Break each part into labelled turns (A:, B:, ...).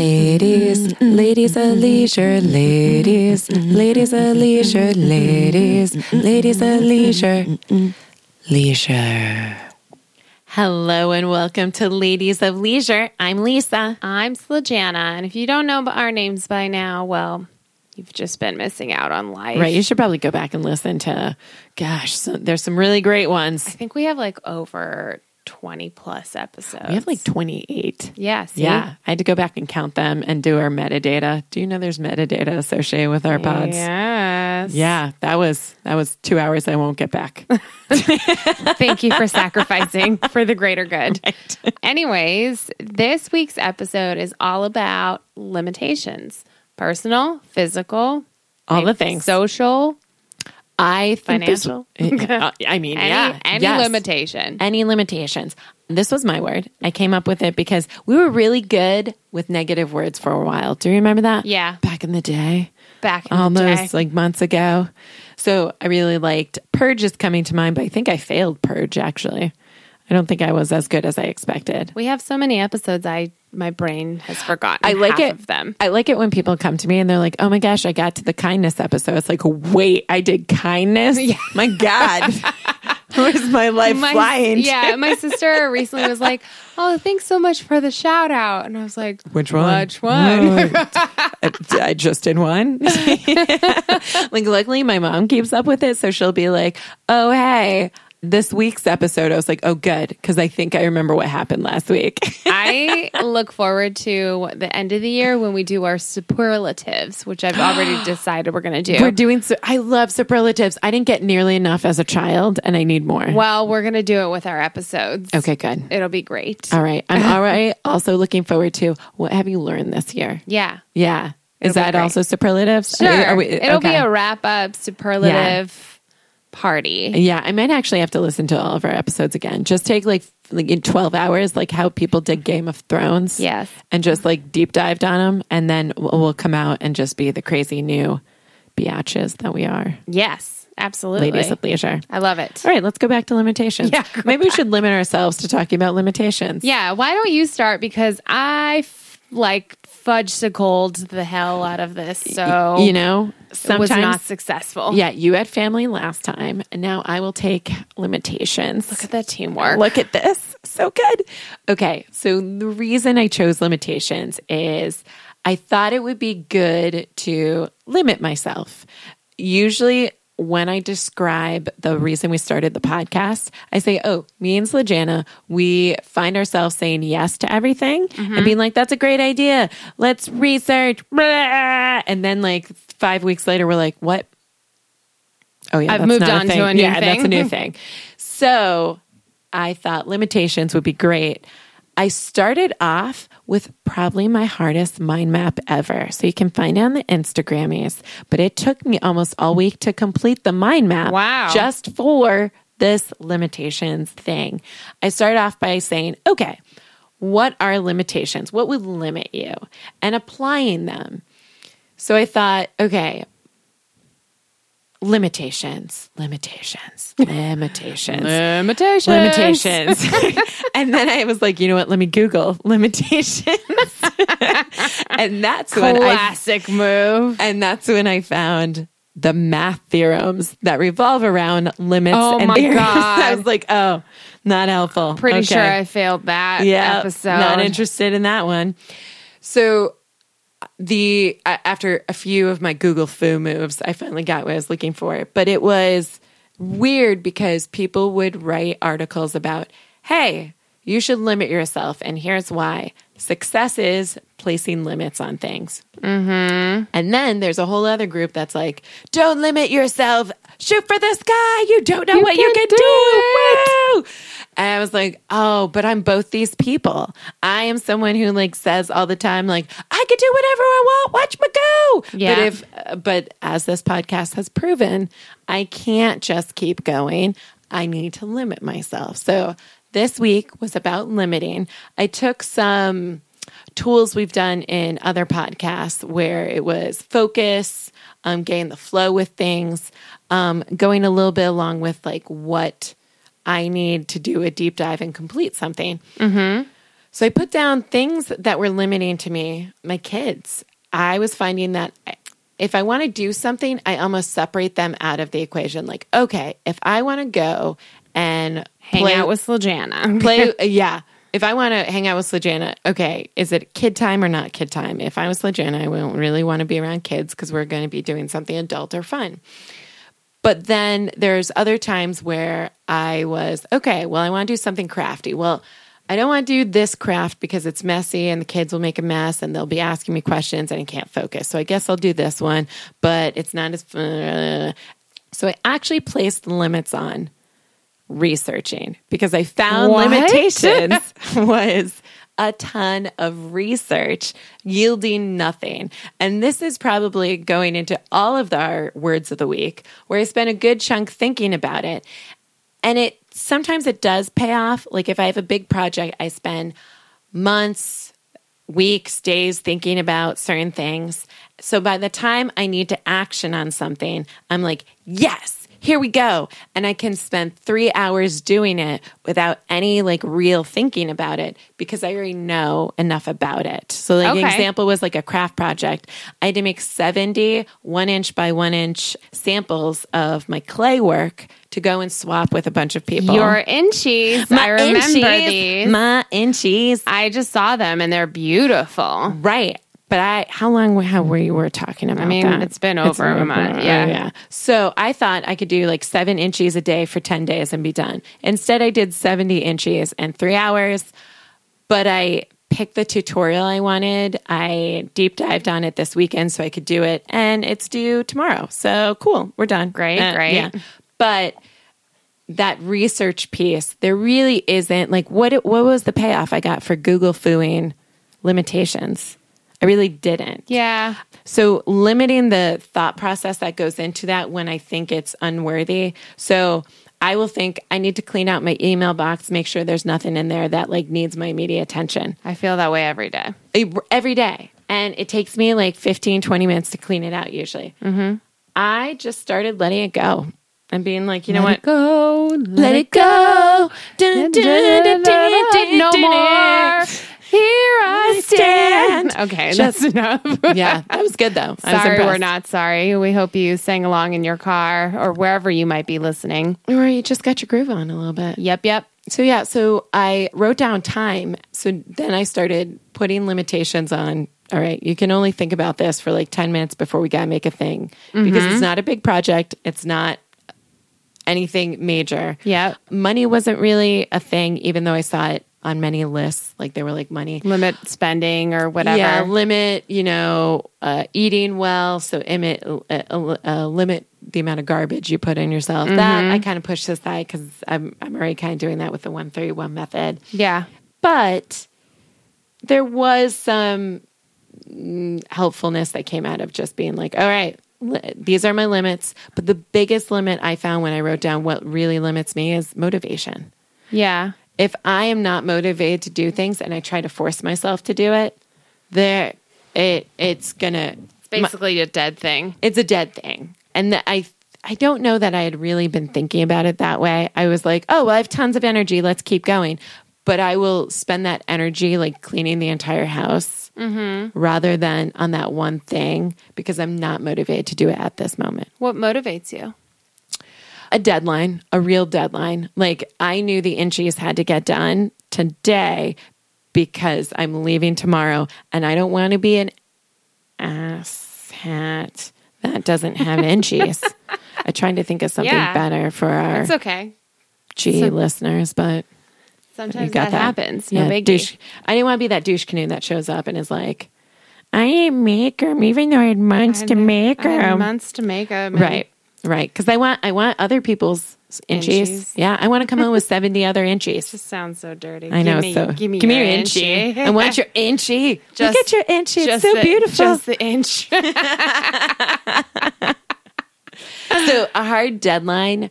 A: Ladies, ladies at leisure, ladies, ladies at leisure, ladies, ladies at leisure, leisure.
B: Hello and welcome to Ladies of Leisure. I'm Lisa.
C: I'm Slajana, and if you don't know our names by now, well, you've just been missing out on life.
B: Right, you should probably go back and listen to, gosh, so, there's some really great
C: I
B: ones.
C: think we have like over 20 plus episodes.
B: We have like 28.
C: yeah, see?
B: Yeah, I had to go back and count them and do our metadata. Do you know there's metadata associated with our pods?
C: Yes.
B: Yeah, that was that was two hours I won't get back.
C: Thank you for sacrificing for the greater good. Anyways, this week's episode is all about limitations personal, physical,
B: All the
C: maybe
B: things.
C: social,
B: I think this-
C: Financial?
B: Uh, I mean,
C: any,
B: yeah,
C: any
B: yes.
C: limitation.
B: any limitations. This was my word. I came up with it because we were really good with negative words for a while. Do you remember that?
C: Yeah.
B: Back in the day.
C: Back in the
B: almost
C: day.
B: like months ago. So I really liked Purge is coming to mind, but I think I failed Purge actually. I don't think I was as good as I expected.
C: We have so many episodes. I my brain has forgotten.
B: I like
C: half
B: it.
C: Of them.
B: I like it when people come to me and they're like, "Oh my gosh, I got to the kindness episode." It's like, "Wait, I did kindness? My God, where's my life
C: My-
B: flying?" to?
C: Yeah, my sister recently was like, "Oh, thanks so much for the shout out," and I was like,
B: Which one?
C: Which one?"
B: I, I just did one. like, luckily, my mom keeps up with it. So she'll be like, oh, hey, this week's episode. I was like, oh, good. Because I think I remember what happened last week.
C: I look forward to the end of the year when we do our superlatives, which I've already decided we're going to do.
B: We're doing, so, I love superlatives. I didn't get nearly enough as a child, and I need more.
C: well, we're going to do it with our episodes.
B: Okay, good.
C: It'll be great.
B: All right. I'm all right. Also, looking forward to what have you learned this year?
C: yeah.
B: Yeah. Is
C: It'll be
B: that
C: great.
B: also superlatives?
C: Sure.
B: Are we-
C: It'll be
B: okay.
C: a wrap up superlative party.
B: Yeah, I might actually have to listen to all of our episodes again. Just take like f- like in 12 hours like how people did Game of Thrones.
C: Yes.
B: And just like deep dived on them and then we'll we'll come out and just be the crazy new biatches that we are.
C: Yes, absolutely.
B: Ladies at leisure.
C: I love it.
B: All right, let's go back to limitations.
C: Yeah, go
B: Maybe we should limit ourselves to talking about limitations.
C: Yeah, why don't you start? Because I f- like fudgesicled the hell out of this, so
B: You know,
C: it was
B: sometimes
C: not successful.
B: Yeah, you had family last time and now I will take limitations.
C: look at the teamwork.
B: Look at this. So good. Okay. So the reason I chose limitations is I thought it would be good to limit myself. Usually, when I describe the reason we started the podcast, I say, Oh, me and Slajana, we find ourselves saying yes to everything
C: Mm-hmm.
B: and being like, That's a great idea. Let's research. Blah. And then, like, five weeks later, we're like, What? Oh, yeah.
C: I've
B: that's
C: moved
B: not
C: on to
B: thing.
C: a new
B: yeah, That's a
C: thing.
B: new thing. So I thought limitations would be great. I started off with probably my hardest mind map ever. So you can find it on the Instagrammies, but it took me almost all week to complete the mind map.
C: Wow.
B: Just for this limitations thing. I started off by saying, okay, what are limitations? What would limit you? And applying them. So I thought, okay, limitations, limitations, limitations.
C: limitations.
B: Limitations. and then I was like, you know what? Let me Google limitations. and that's when I
C: Classic move.
B: and that's when I found the math theorems that revolve around limits
C: Oh
B: and
C: my
B: theories. I
C: God.
B: was like, oh, not helpful.
C: Pretty
B: Okay.
C: sure I failed that
B: yeah,
C: episode.
B: Not interested in that one. So the a- after a few of my Google foo moves, I finally got what I was looking for. But it was weird because people would write articles about, "Hey, you should limit yourself, and here's why." Success is placing limits on things. And then there's a whole other group that's like, don't limit yourself. Shoot for the sky. You don't know what you
C: can
B: can do.
C: do
B: Woo! And I was like, oh, but I'm both these people. I am someone who like says all the time, like, I can do whatever I want. Watch me go.
C: Yeah.
B: But if, uh, but as this podcast has proven, I can't just keep going. I need to limit myself. So this week was about limiting. I took some tools we've done in other podcasts where it was focus, um, getting the flow with things, um, going a little bit along with like what I need to do a deep dive and complete something. So I put down things that were limiting to me, my kids. I was finding that if I want to do something, I almost separate them out of the equation. Like, okay, if I want to go and
C: Hang
B: play,
C: out with Slajana.
B: play, yeah. If I want to hang out with Slajana, okay, is it kid time or not kid time? If I was Slajana, I wouldn't really want to be around kids because we're going to be doing something adult or fun. But then there's other times where I was, okay, well, I want to do something crafty. Well, I don't want to do this craft because it's messy and the kids will make a mess and they'll be asking me questions and I can't focus. So I guess I'll do this one, but it's not as. fun. So I actually placed limits on researching because I found
C: What?
B: limitations was a ton of research yielding nothing. And this is probably going into all of our words of the week where I spent a good chunk thinking about it. And it sometimes it does pay off. Like if I have a big project, I spend months, weeks, days thinking about certain things. So by the time I need to action on something, I'm like, yes, here we go. And I can spend three hours doing it without any like real thinking about it because I already know enough about it. So like an
C: Okay.
B: example was like a craft project. I had to make 70 one inch by one inch samples of my clay work to go and swap with a bunch of people.
C: Your inchies. I remember
B: inchies,
C: these.
B: My inchies.
C: I just saw them and they're beautiful.
B: Right. But I, how long, how were you were talking about? I
C: mean, it's been over a month, yeah.
B: oh, yeah. So I thought I could do like seven inches a day for ten days and be done. Instead, I did seventy inches in three hours. But I picked the tutorial I wanted. I deep dived on it this weekend so I could do it, and it's due tomorrow. So cool, we're done. Uh,
C: Great, great.
B: But that research piece, there really isn't like what it, what was the payoff I got for Google fooing limitations? I really didn't.
C: Yeah.
B: So limiting the thought process that goes into that when I think it's unworthy. So I will think I need to clean out my email box, make sure there's nothing in there that like needs my immediate attention
C: I feel that way every day.
B: e- every day. And it takes me like 15, 20 minutes to clean it out usually. Mm-hmm. I just started letting it go and being like, you know what?
C: go.
B: Let it go. Dun, dun, dun, dun, dun,
C: No
B: dun, dun.
C: more. Here I stand.
B: stand.
C: Okay,
B: Just-
C: that's enough.
B: Yeah, that was good though. I was
C: Sorry, we're
B: impressed.
C: not sorry. We hope you sang along in your car or wherever you might be listening.
B: Or you just got your groove on a little bit.
C: Yep, yep.
B: So yeah, so I wrote down time. So then I started putting limitations on. All right, you can only think about this for like 10 minutes before we got to make a thing because
C: Mm-hmm.
B: it's not a big project, it's not anything major.
C: Yep.
B: Money wasn't really a thing even though I saw it on many lists like they were like money.
C: Limit spending or whatever.
B: Yeah, limit, you know, uh, eating well. So limit, uh, uh, uh, limit the amount of garbage you put in yourself. That I kind of push aside because I'm, I'm already kind of doing that with the 131 method.
C: yeah.
B: But there was some mm, helpfulness that came out of just being like, all right, li- these are my limits. But the biggest limit I found when I wrote down what really limits me is motivation
C: Yeah.
B: if I am not motivated to do things and I try to force myself to do it, there it it's gonna
C: Basically a dead thing.
B: it's a dead thing. And that I I don't know that I had really been thinking about it that way. I was like, oh well, I have tons of energy. Let's keep going. But I will spend that energy like cleaning the entire house rather than on that one thing because I'm not motivated to do it at this moment
C: What motivates you?
B: a deadline, a real deadline. Like I knew the inches had to get done today because I'm leaving tomorrow and I don't want to be an ass hat that doesn't have inches. I'm trying to think of something
C: Yeah.
B: better for our
C: It's okay.
B: G listeners, but you
C: Sometimes
B: got
C: that,
B: that
C: happens. No
B: Yeah,
C: big
B: douche- I didn't want to be that douche canoe that shows up and is like, I didn't make them, even though I had months to make
C: I had
B: them.
C: months to make them.
B: Right. Right. Because I want I want other people's inches.
C: Inchies.
B: Yeah. I want to come home with 70 other inches.
C: Just sounds so dirty.
B: I know.
C: Give me,
B: so
C: give me,
B: your,
C: your,
B: inchie. I want your inchy.
C: Just-
B: Look at your inchy. It's
C: Just
B: so
C: the-
B: beautiful.
C: Just the inch.
B: so a hard deadline.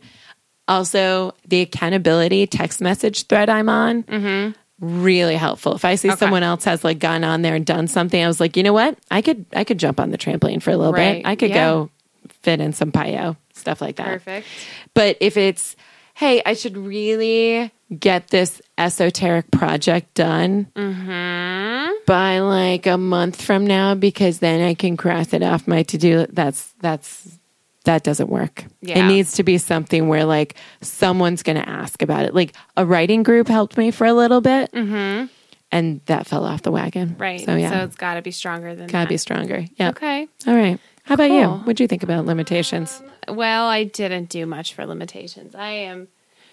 B: Also, the accountability text message thread I'm on. Really helpful. If I see someone else has like gone on there and done something, I was like, you know what? I could I could jump on the trampoline for a little
C: Right.
B: bit. I could
C: Yeah.
B: go fit in some payo stuff like that.
C: Perfect.
B: But if it's, hey, I should really get this esoteric project done
C: Mm-hmm.
B: by like a month from now because then I can cross it off my to do. That's that's that doesn't work.
C: Yeah.
B: It needs to be something where like someone's going to ask about it. Like a writing group helped me for a little bit, and that fell off the wagon.
C: Mm-hmm. Right.
B: So yeah,
C: it's got to be stronger than
B: gotta
C: that.
B: be stronger. Yeah.
C: Okay.
B: All right. How about you?
C: Cool.
B: What'd you think about limitations?
C: Well, I didn't do much for limitations. I am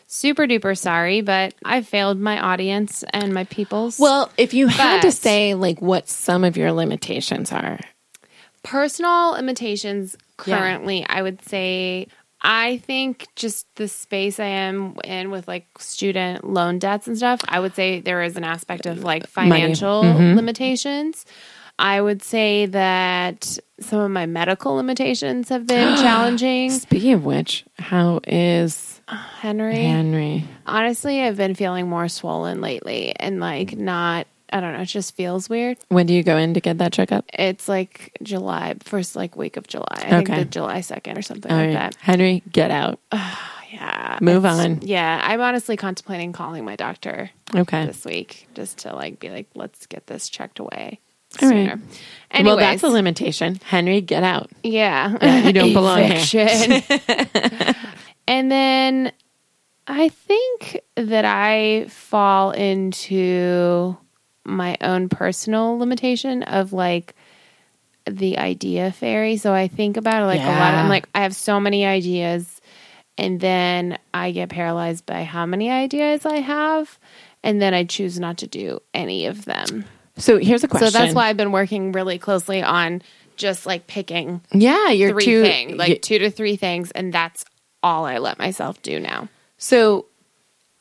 C: super duper sorry, but I failed my audience and my peoples.
B: Well, if you had to
C: But-
B: say like what some of your limitations are,
C: personal imitations
B: Yeah.
C: currently i would say i think just the space i am in with like student loan debts and stuff i would say there is an aspect of like financial
B: Mm-hmm.
C: limitations i would say that some of my medical limitations have been challenging
B: speaking of which, how is
C: henry
B: Henry?
C: honestly i've been feeling more swollen lately and like
B: Mm.
C: not i don't know it just feels weird
B: When do you go in to get that checkup?
C: it's like july first like week of july i
B: Okay.
C: think the july 2nd or something
B: All
C: like
B: right,
C: that Oh,
B: Henry, get out.
C: Yeah.
B: Move
C: it's-
B: on.
C: Yeah. I'm honestly contemplating calling my doctor
B: Okay.
C: this week just to like be like, let's get this checked away.
B: All
C: sooner.
B: right.
C: Anyways,
B: Well, that's a limitation. Henry, get out.
C: yeah.
B: you don't belong here.
C: Eviction. and then I think that I fall into my own personal limitation of like the idea fairy. So I think about it like a lot.
B: Yeah.
C: I'm like, I have so many ideas, and then I get paralyzed by how many ideas I have, and then I choose not to do any of them.
B: So here's a question.
C: So that's why I've been working really closely on just like picking
B: Yeah, you're
C: three
B: too.
C: thing, like
B: y-
C: two to three things, and that's all I let myself do now.
B: so.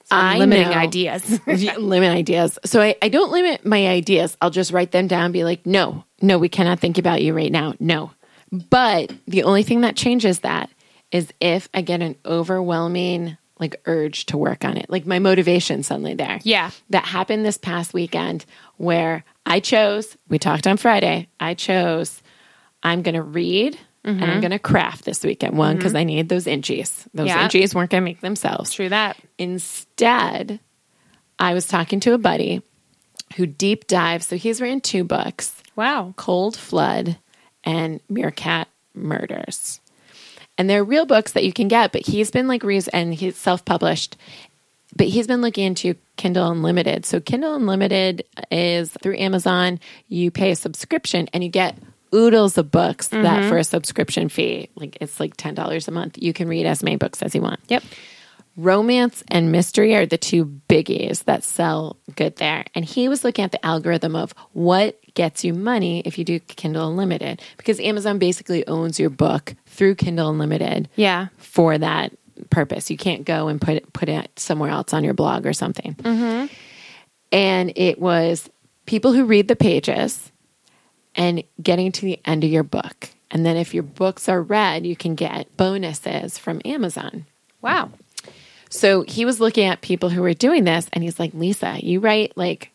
B: I
C: limiting
B: know-
C: ideas.
B: Yeah, limit ideas. So I, I don't limit my ideas. I'll just write them down and be like, no, no, we cannot think about you right now. No. But the only thing that changes that is if I get an overwhelming like urge to work on it. Like my motivation suddenly there.
C: Yeah.
B: That happened this past weekend where I chose, we talked on Friday, I chose I'm going to read and
C: Mm-hmm.
B: I'm going to craft this weekend. One, because I need those inchies. Those
C: Yeah.
B: inchies weren't going to make themselves.
C: True that.
B: Instead, I was talking to a buddy who deep dives. So he's written two books
C: Wow.
B: Cold Flood and Meerkat Murders. And they're real books that you can get, but he's been like, reus- and he's self published, but he's been looking into Kindle Unlimited. So Kindle Unlimited is through Amazon. You pay a subscription and you get oodles of books that for a subscription fee, like it's like $10 a month. You can read as many books as you want.
C: Yep.
B: Romance and mystery are the two biggies that sell good there. And he was looking at the algorithm of what gets you money if you do Kindle Unlimited, because Amazon basically owns your book through Kindle Unlimited
C: Yeah.
B: for that purpose. You can't go and put it, put it somewhere else on your blog or something. And it was people who read the pages and getting to the end of your book. And then if your books are read, you can get bonuses from Amazon.
C: Wow.
B: So he was looking at people who were doing this and he's like, Lisa, you write like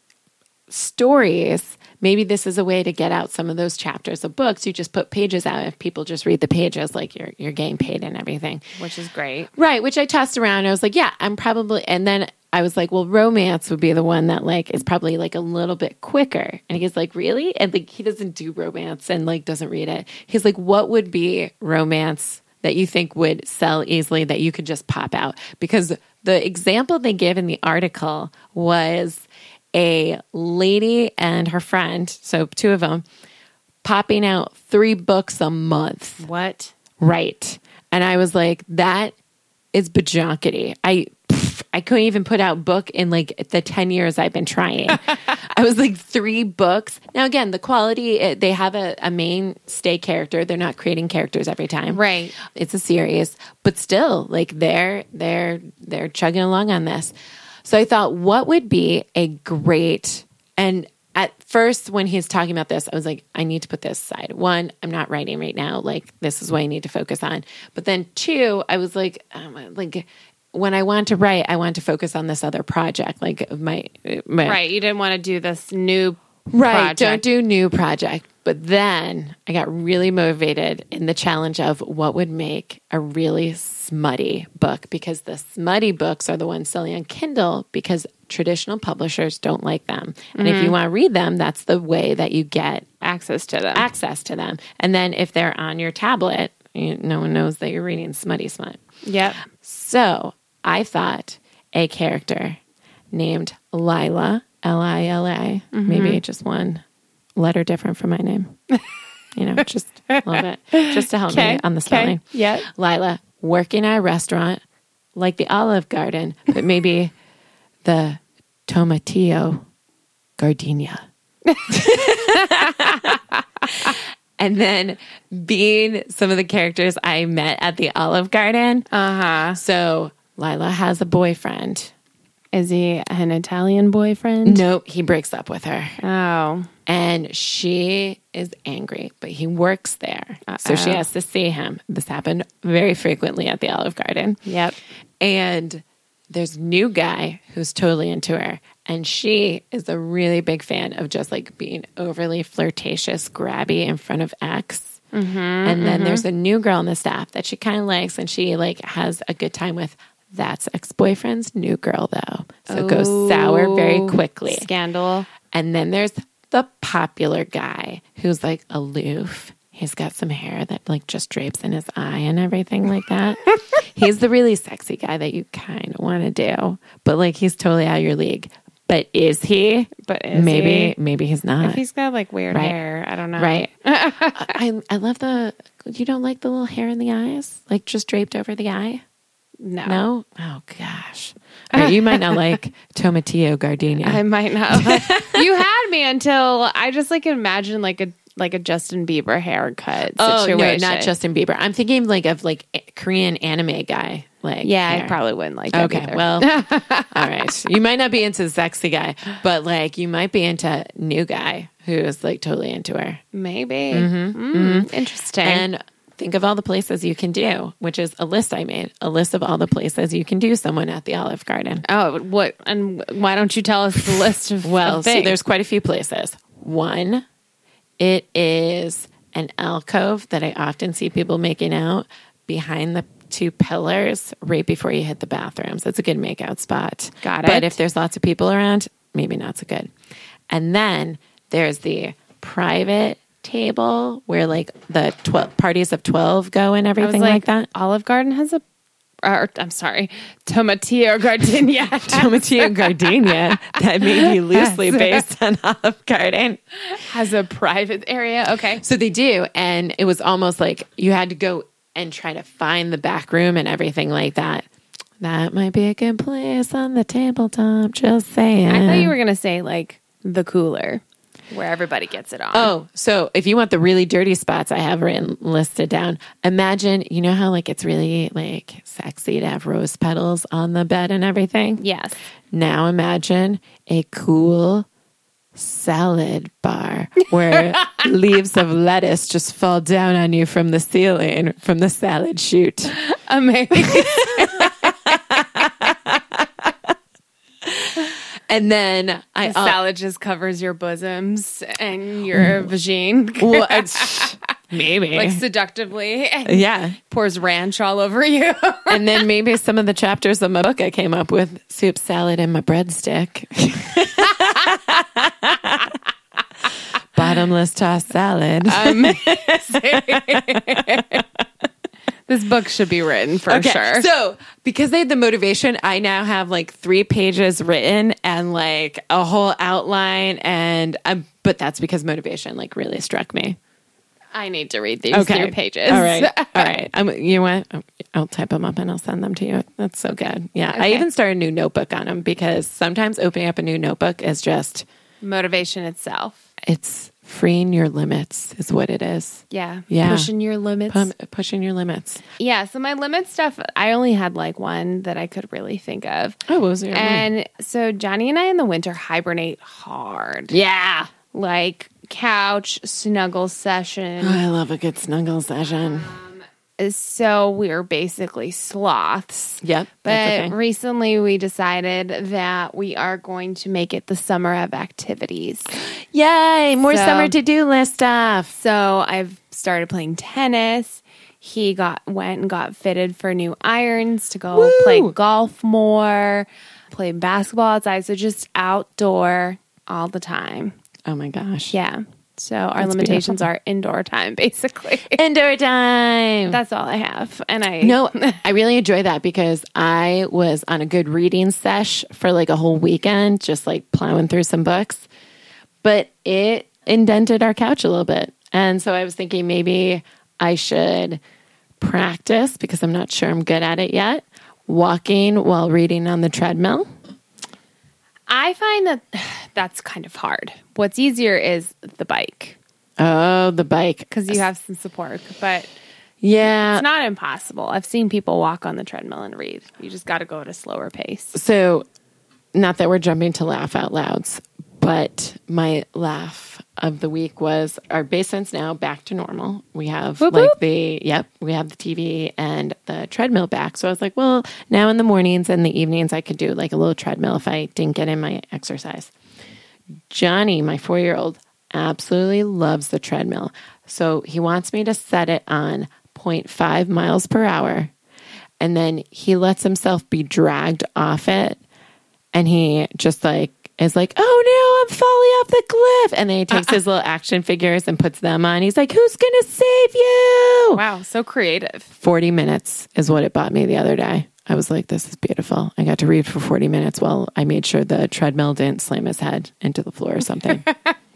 B: stories. Maybe this is a way to get out some of those chapters of books. You just put pages out. If people just read the pages, like you're you're getting paid and everything.
C: Which is great.
B: Right, which I tossed around. I was like, yeah, I'm probably and then I was like, well, romance would be the one that like is probably like a little bit quicker. And he's like, really? And like he doesn't do romance and like doesn't read it. He's like, what would be romance that you think would sell easily that you could just pop out? Because the example they give in the article was a lady and her friend, so two of them, popping out three books a month.
C: What?
B: Right. And I was like, that is bajonkety. I pff, I couldn't even put out book in like the 10 years I've been trying. I was like three books. Now again, the quality it, they have a, a mainstay character. They're not creating characters every time.
C: Right.
B: It's a series, but still like they're they're they're chugging along on this. So I thought what would be a great and at first when he's talking about this, I was like, I need to put this aside. One, I'm not writing right now. Like this is what I need to focus on. But then two, I was like, um, like when I want to write, I want to focus on this other project, like my, my
C: Right. You didn't want to do this new
B: Right.
C: project.
B: Don't do new project. But then I got really motivated in the challenge of what would make a really smutty book because the smutty books are the ones selling on Kindle because traditional publishers don't like them. And if you want to read them, that's the way that you get
C: Mm-hmm. access to them.
B: access to them. And then if they're on your tablet, you, no one knows that you're reading smutty smut.
C: yep.
B: So I thought a character named Lila, L I L A, maybe just one letter different from my name. you know, just a little bit, just to help me on the spelling.
C: Yep.
B: Lila working at a restaurant like the Olive Garden, but maybe the Tomatillo Gardenia. and then being some of the characters I met at the Olive Garden.
C: Uh huh.
B: So Lila has a boyfriend.
C: Is he an Italian boyfriend?
B: Nope, he breaks up with her.
C: Oh.
B: And she is angry, but he works there. So she has to see him. This happened very frequently at the Olive Garden.
C: Yep.
B: And there's new guy who's totally into her. And she is a really big fan of just like being overly flirtatious, grabby in front of ex. and then there's a new girl on the staff that she kind of likes and she like has a good time with. That's ex-boyfriend's new girl though. So it goes sour very
C: Oh,
B: quickly.
C: Scandal.
B: And then there's the popular guy who's like aloof. He's got some hair that like just drapes in his eye and everything like that. he's the really sexy guy that you kind of want to do, but like he's totally out of your league. But is he?
C: But is
B: maybe
C: he?
B: maybe he's not.
C: If he's got like weird
B: Right.
C: hair, I don't know.
B: right. I I love the. You don't like the little hair in the eyes, like just draped over the eye.
C: No.
B: No. Oh gosh. All right, you might not like Tomatillo Gardenia.
C: I might not. you had me until I just like imagine like a like a Justin Bieber haircut situation.
B: Oh, no, not Justin Bieber. I'm thinking like of like a- Korean anime guy. Like
C: Yeah, I
B: hair.
C: probably wouldn't like that.
B: Okay,
C: either.
B: well, all right. You might not be into the sexy guy, but like you might be into new guy who is like totally into her.
C: maybe. Mm, Interesting.
B: Mm-hmm. And think of all the places you can do, which is a list I made, a list of all the places you can do someone at the Olive Garden.
C: oh, what? And why don't you tell us the list of
B: Well,
C: of
B: so
C: things?
B: there's quite a few places. One, it is an alcove that I often see people making out behind the two pillars right before you hit the bathrooms. That's a good makeout spot.
C: Got
B: But
C: it.
B: if there's lots of people around, maybe not so good. And then there's the private table where like the 12 parties of 12 go and
C: I was
B: everything like, that.
C: Olive Garden has a. Or, I'm sorry, tomatillo gardenia.
B: Tomatillo Gardenia, that may be loosely based on Olive Garden.
C: has a private area. Okay.
B: So they do. And it was almost like you had to go and try to find the back room and everything like that. That might be a good place on the tabletop. Just saying.
C: I thought you were going to say like the cooler where everybody gets it on.
B: Oh, so if you want the really dirty spots I have written listed down, imagine, you know how like it's really like sexy to have rose petals on the bed and everything?
C: yes.
B: Now imagine a cool salad bar where leaves of lettuce just fall down on you from the ceiling from the salad chute.
C: Amazing.
B: And then I
C: The salad just covers your bosoms and
B: Mm.
C: your vagine.
B: Well, it's- maybe.
C: Like seductively, and
B: uh, yeah.
C: pours ranch all over you.
B: And then maybe some of the chapters of my book I came up with soup, salad, and my breadstick. Bottomless tossed salad.
C: this book should be written for sure.
B: So, because I had the motivation, I now have like three pages written and like a whole outline. And i but that's because motivation like really struck me.
C: I need to read these
B: Okay.
C: three pages.
B: All right. All right. I'm, you know what? Oh, I'll type them up and I'll send them to you. That's so good. Yeah. I
C: Okay.
B: even start a new notebook on them because sometimes opening up a new notebook is just,
C: Motivation itself.
B: it's freeing your limits, is what it is.
C: Yeah.
B: Yeah.
C: Pushing your limits.
B: Pum- pushing your limits.
C: yeah. So my limit stuff, I only had like one that I could really think of.
B: Oh, what was your
C: And so Johnny and I in the winter hibernate hard.
B: Yeah.
C: Like couch snuggle session.
B: Oh, I love a good snuggle session.
C: so we are basically sloths.
B: Yep.
C: But
B: that's okay.
C: recently we decided that we are going to make it the summer of activities.
B: Yay, more
C: So-
B: summer to do list stuff.
C: So I've started playing tennis. He got went and got fitted for new irons to go play golf more, play basketball outside. So just outdoor all the time.
B: Oh my gosh.
C: Yeah. So our limitations are indoor time basically.
B: Indoor time.
C: That's all I have. And I
B: uh, no, I really enjoy that because I was on a good reading sesh for like a whole weekend, just like plowing through some books. But it indented our couch a little bit. And so I was thinking maybe I should practice because I'm not sure I'm good at it yet. Walking while reading on the treadmill.
C: I find that that's kind of hard. What's easier is the bike
B: Oh, the bike.
C: because you have some support, but
B: Uh, Yeah.
C: it's not impossible. I've seen people walk on the treadmill and read. You just got to go at a slower pace.
B: So, not that we're jumping to laugh out louds, but my laugh of the week was our basement's now back to normal. We have
C: Whoop,
B: like
C: whoop.
B: the yep, we have the TV and the treadmill back. So I was like, well, now in the mornings and the evenings I could do like a little treadmill if I didn't get in my exercise. Johnny, my four year old, absolutely loves the treadmill. So he wants me to set it on 0.5 miles per hour. And then he lets himself be dragged off it. And he just like is like, oh no, I'm falling off the cliff. And then he takes his little action figures and puts them on. He's like, who's going to save you?
C: Wow, so creative.
B: 40 minutes is what it bought me the other day. I was like, this is beautiful. I got to read for 40 minutes while I made sure the treadmill didn't slam his head into the floor or something.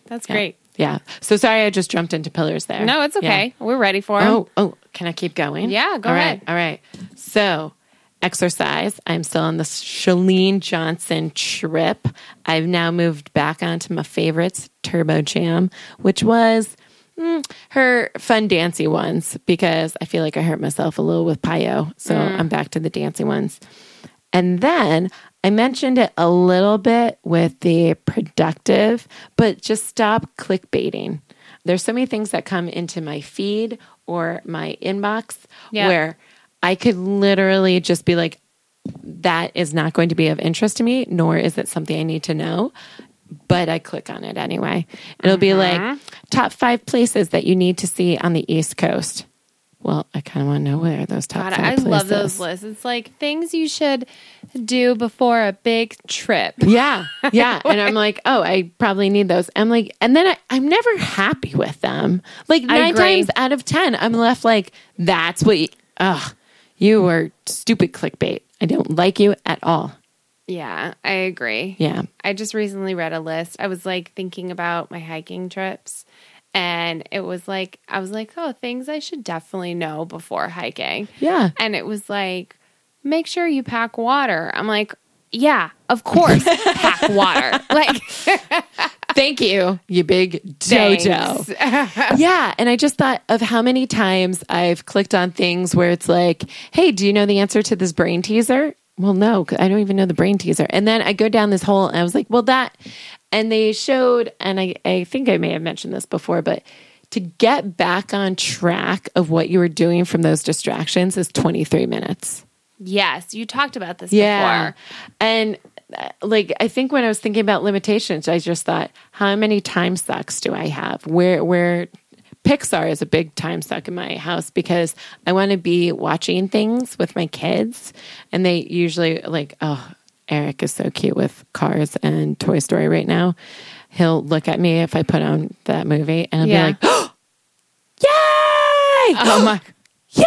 C: That's great.
B: yeah. So sorry, I just jumped into pillars there.
C: No, it's
B: Yeah.
C: okay. We're ready for him.
B: Oh, oh, can I keep going?
C: Yeah, go
B: All right,
C: ahead.
B: all right. So, exercise. I'm still on the Shalene Johnson trip. I've now moved back onto my favorites, Turbo Jam, which was mm, her fun dancey ones because I feel like I hurt myself a little with Payo. So, I'm back to the dancey ones. And then I mentioned it a little bit with the productive, but just stop clickbaiting. There's so many things that come into my feed or my inbox
C: Yeah.
B: where I could literally just be like, that is not going to be of interest to me, nor is it something I need to know. But I click on it anyway. It'll be
C: Mm-hmm.
B: like top five places that you need to see on the East Coast. Well, I kind of want to know where those top
C: God,
B: five
C: I
B: places.
C: love those lists. It's like things you should do before a big trip.
B: Yeah, yeah. and I'm like, oh, I probably need those. I'm like, and then I, I'm never happy with them. Like
C: I
B: nine
C: agree.
B: times out of ten, I'm left like, that's what. You, ugh, you were stupid clickbait. I don't like you at all.
C: Yeah, I agree.
B: Yeah.
C: I just recently read a list. I was like thinking about my hiking trips and it was like I was like, "Oh, things I should definitely know before hiking."
B: Yeah.
C: And it was like, "Make sure you pack water." I'm like, "Yeah, of course. pack water." Like
B: Thank you, you big dojo.
C: thanks.
B: yeah. And I just thought of how many times I've clicked on things where it's like, hey, do you know the answer to this brain teaser? Well, no, 'cause I don't even know the brain teaser. And then I go down this hole and I was like, well, that. And they showed, and I, I think I may have mentioned this before, but to get back on track of what you were doing from those distractions is 23 minutes.
C: Yes, you talked about this
B: Yeah.
C: before.
B: And uh, like I think when I was thinking about limitations, I just thought, how many time sucks do I have? Where where Pixar is a big time suck in my house because I want to be watching things with my kids and they usually like oh Eric is so cute with Cars and Toy Story right now. He'll look at me if I put on that movie and I'll
C: Yeah.
B: be like, oh, "Yay!"
C: Oh my
B: Yay!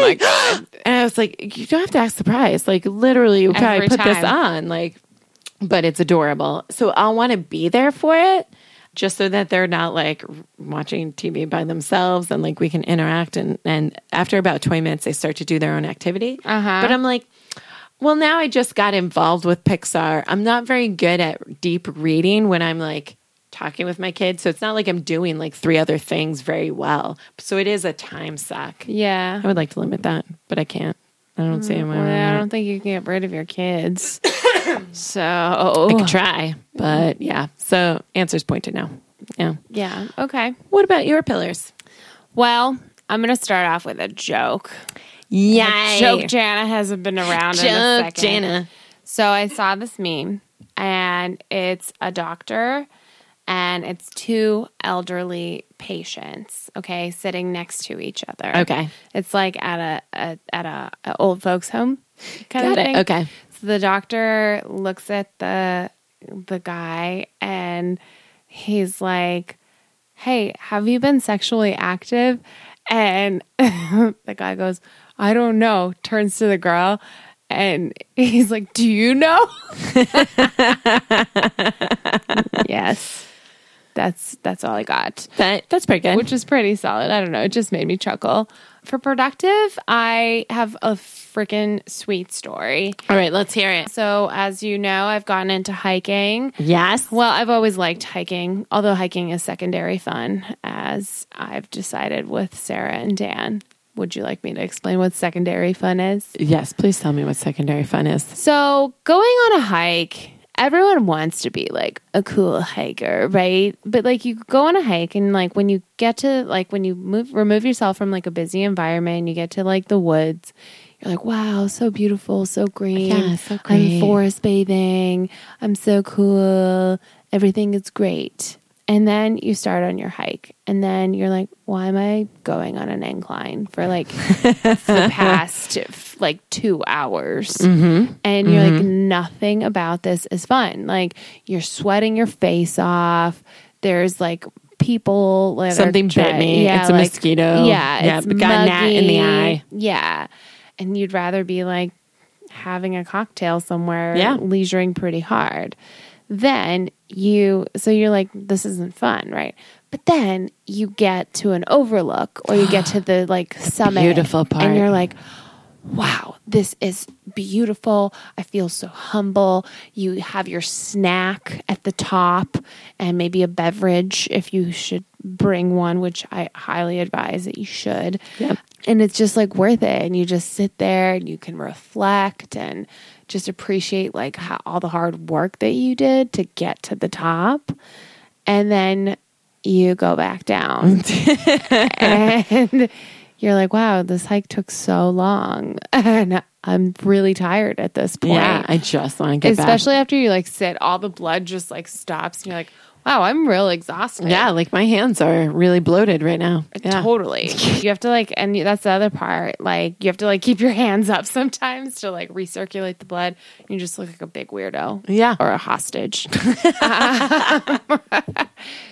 C: my god.
B: And I was like, you don't have to act surprised. Like literally, you probably
C: Every
B: put this
C: time.
B: on. Like, but it's adorable. So I'll want to be there for it, just so that they're not like watching TV by themselves, and like we can interact. And and after about twenty minutes, they start to do their own activity.
C: Uh-huh.
B: But I'm like. Well, now I just got involved with Pixar. I'm not very good at deep reading when I'm like talking with my kids. So it's not like I'm doing like three other things very well. So it is a time suck.
C: Yeah.
B: I would like to limit that, but I can't. I don't see my
C: Mm, Well, I
B: way.
C: don't think you can get rid of your kids. so,
B: I could try, but yeah. So answers point to no. Yeah.
C: yeah. Okay.
B: What about your pillars?
C: Well, I'm going to start off with a joke.
B: Yeah.
C: Joke Jana hasn't been around in a
B: Joke
C: second.
B: Jana.
C: So I saw this meme, and it's a doctor, and it's two elderly patients. Okay, sitting next to each other.
B: Okay.
C: it's like at a, a at a, a old folks home kind
B: Got
C: of thing.
B: it. Okay.
C: So the doctor looks at the the guy and he's like, "Hey, have you been sexually active?" And the guy goes, "I don't know." Turns to the girl and he's like, "Do you know?" yes. That's that's all I got
B: That that's pretty good.
C: which is pretty solid. I don't know. It just made me chuckle. For productive, I have a freaking sweet story.
B: All right, let's hear it.
C: So, as you know, I've gotten into hiking.
B: Yes.
C: Well, I've always liked hiking, although hiking is secondary fun, as I've decided with Sarah and Dan. Would you like me to explain what secondary fun is?
B: Yes, please tell me what secondary fun is.
C: So, going on a hike, everyone wants to be like a cool hiker, right? But like you go on a hike and like when you get to like when you move remove yourself from like a busy environment, you get to like the woods. You're like, "Wow, so beautiful, so green.
B: Yeah, so
C: I'm
B: great."
C: forest bathing. I'm so cool. Everything is great." And then you start on your hike, and then you're like, "Why am I going on an incline for like the past f- like two hours.
B: Mm-hmm.
C: And you're like, nothing about this is fun. Like, you're sweating your face off. There's like people. That are
B: Something bit
C: try-
B: me. It's a mosquito.
C: Yeah.
B: Yeah,
C: It's
B: but got a gnat in the
C: muggy.
B: eye.
C: Yeah. And you'd rather be like having a cocktail somewhere,
B: Yeah.
C: leisuring pretty hard. Then you, so you're like, this isn't fun, right? But then you get to an overlook or you get to the like summit.
B: Beautiful part.
C: And you're like, wow, this is beautiful. I feel so humble. You have your snack at the top and maybe a beverage if you should bring one, which I highly advise that you should.
B: Yep.
C: And it's just like worth it. And you just sit there and you can reflect and just appreciate like how, all the hard work that you did to get to the top. And then you go back down and you're like, wow, this hike took so long, and I'm really tired at this point.
B: Yeah, I just want to get
C: especially after you like sit, all the blood just like stops, and you're like, wow, I'm real exhausted.
B: back. Yeah, like my hands are really bloated right now. Yeah.
C: Totally. You have to like, and that's the other part. Like, you have to like keep your hands up sometimes to like recirculate the blood. You just look like a big weirdo.
B: Yeah.
C: Or a hostage.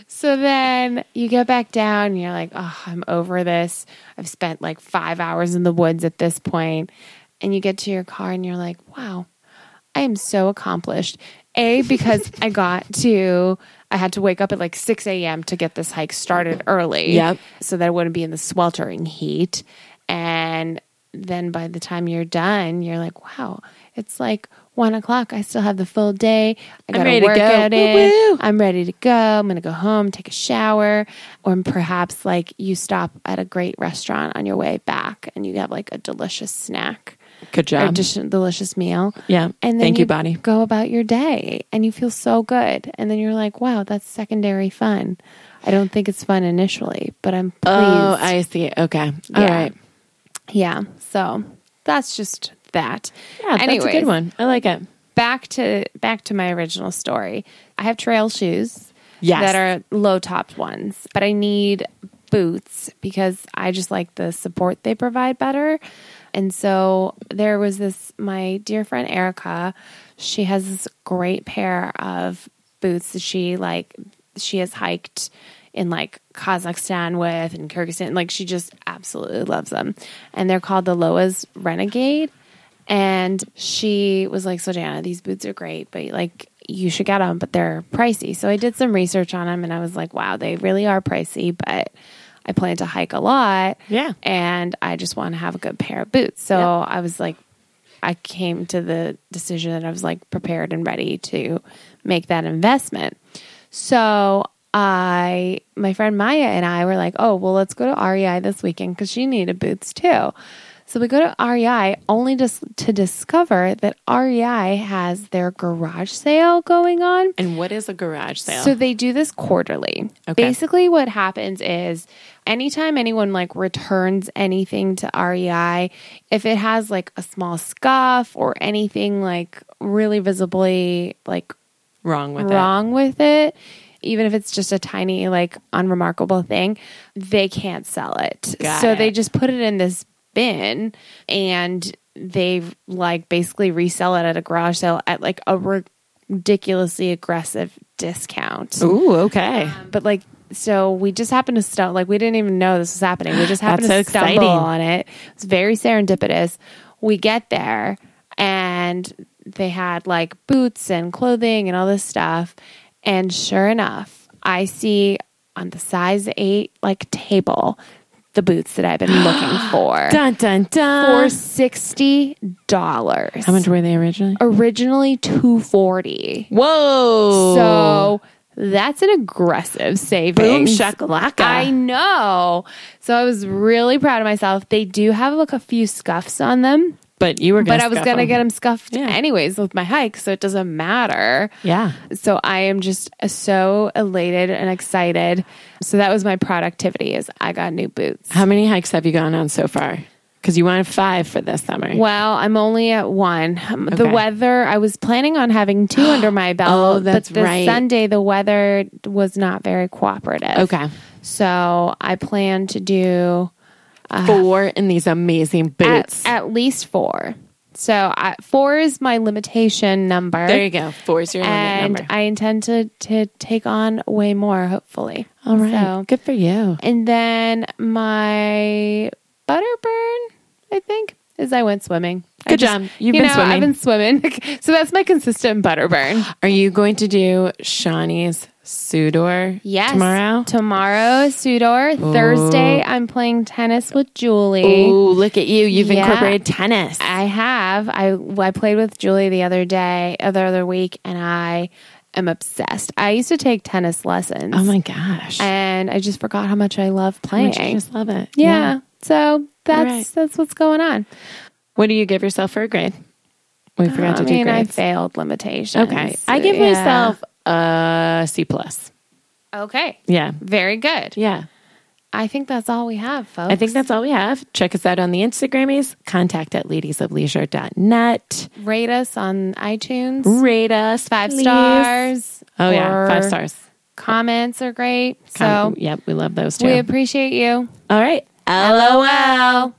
C: so then you get back down and you're like, oh, I'm over this. I've spent like five hours in the woods at this point. And you get to your car and you're like, wow, I am so accomplished. A, because I got to, I had to wake up at like 6 a.m. to get this hike started early.
B: Yep.
C: So that I wouldn't be in the sweltering heat. And then by the time you're done, you're like, wow, it's like one o'clock. I still have the full day. I got
B: ready
C: a
B: to go.
C: workout in.
B: Woo-woo.
C: I'm ready to go. I'm going to go home, take a shower, or perhaps like you stop at a great restaurant on your way back and you have like a delicious snack
B: Good
C: or
B: job.
C: dish- delicious meal.
B: Yeah.
C: And then
B: Thank you, body.
C: Go about your day and you feel so good. And then you're like, wow, that's secondary fun. I don't think it's fun initially, but I'm pleased.
B: oh, I see. Okay. All
C: Yeah.
B: right.
C: yeah. So that's just that.
B: Yeah, that's a
C: Anyways,
B: good one. I like it.
C: Back to back to my original story. I have trail shoes
B: Yes.
C: that are low topped ones, but I need boots because I just like the support they provide better. And so there was this my dear friend Erica, she has this great pair of boots that she like she has hiked in like Kazakhstan with and Kyrgyzstan. Like she just absolutely loves them. And they're called the Loa's Renegade. And she was like, So, Jana, these boots are great, but like, you should get them, but they're pricey. So, I did some research on them and I was like, Wow, they really are pricey, but I plan to hike a lot.
B: Yeah.
C: And I just want to have a good pair of boots. So, I was like, I came to the decision that I was like prepared and ready to make that investment. So I, E my friend Maya and I were like, oh, well, let's go to REI this weekend because she needed boots too. So we go to REI only just to discover that REI has their garage sale going on.
B: And what is a garage sale?
C: So they do this quarterly.
B: Okay.
C: Basically, what happens is anytime anyone like returns anything to REI, if it has like a small scuff or anything like really visibly like
B: wrong with
C: wrong with it, even if it's just a tiny, like, unremarkable thing, they can't sell it.
B: Got
C: so
B: it.
C: they just put it in this bin and they like basically resell it at a garage sale at like a ridiculously aggressive discount.
B: it. Ooh, okay.
C: But like, so we just happened to stumble. Like, we didn't even know this was happening. We just happened
B: That's
C: to
B: so
C: stumble
B: exciting.
C: on it. It's very serendipitous. We get there, and they had like boots and clothing and all this stuff. And sure enough, I see on the size eight like table the boots that I've been looking for
B: Dun dun
C: for
B: dun.
C: sixty dollars.
B: How much were they originally?
C: Originally two forty.
B: Whoa.
C: So that's an aggressive
B: boom
C: savings.
B: shakalaka.
C: I know. So I was really proud of myself. They do have like a few scuffs on them,
B: but you were gonna
C: but I was
B: scuff
C: going to
B: 'em.
C: get them scuffed
B: Yeah.
C: anyways with my hike, so it doesn't matter.
B: Yeah.
C: So I am just so elated and excited. So that was my productivity is I got new boots.
B: How many hikes have you gone on so far? Because you wanted five for this summer.
C: Well, I'm only at one. Um, The
B: Okay.
C: weather, I was planning on having two under my belt.
B: Oh, that's
C: but this
B: right.
C: Sunday, the weather was not very cooperative.
B: Okay.
C: So I plan to do
B: Four in these amazing
C: at,
B: boots.
C: at least four. So I, four is my limitation number.
B: there you go. Four is your limit
C: And
B: number.
C: I intend to, to take on way more, hopefully.
B: All right.
C: So-
B: Good for you.
C: and then my butterburn, I think, is I went swimming. I
B: Good job. You've been
C: I've
B: swimming.
C: been swimming. so that's my consistent butterburn.
B: Are you going to do Shawnee's Sudor
C: Yes.
B: tomorrow?
C: Tomorrow, Sudor. Thursday, I'm playing tennis with Julie.
B: Ooh, look at you. You've
C: Yeah.
B: incorporated tennis.
C: I have. I I played with Julie the other day, other other week, and I am obsessed. I used to take tennis lessons,
B: oh my gosh. Oh
C: and I just forgot how much I love
B: How
C: playing.
B: much you just love it.
C: yeah. So that's
B: right.
C: that's what's going on.
B: What do you give yourself for a grade? We forgot
C: Oh, I
B: to do
C: mean, I
B: grades.
C: failed limitations.
B: okay. I give
C: Yeah.
B: myself a C plus.
C: okay.
B: Yeah.
C: Very good.
B: Yeah.
C: I think that's all we have, folks.
B: I think that's all we have. Check us out on the Instagrammies, contact at ladiesofleisure.net.
C: rate us on iTunes.
B: Rate us
C: Five
B: please.
C: stars.
B: Oh, yeah.
C: or
B: Five stars.
C: Comments are great.
B: Com-
C: so
B: yep, we love those too.
C: we appreciate you.
B: all right. LOL.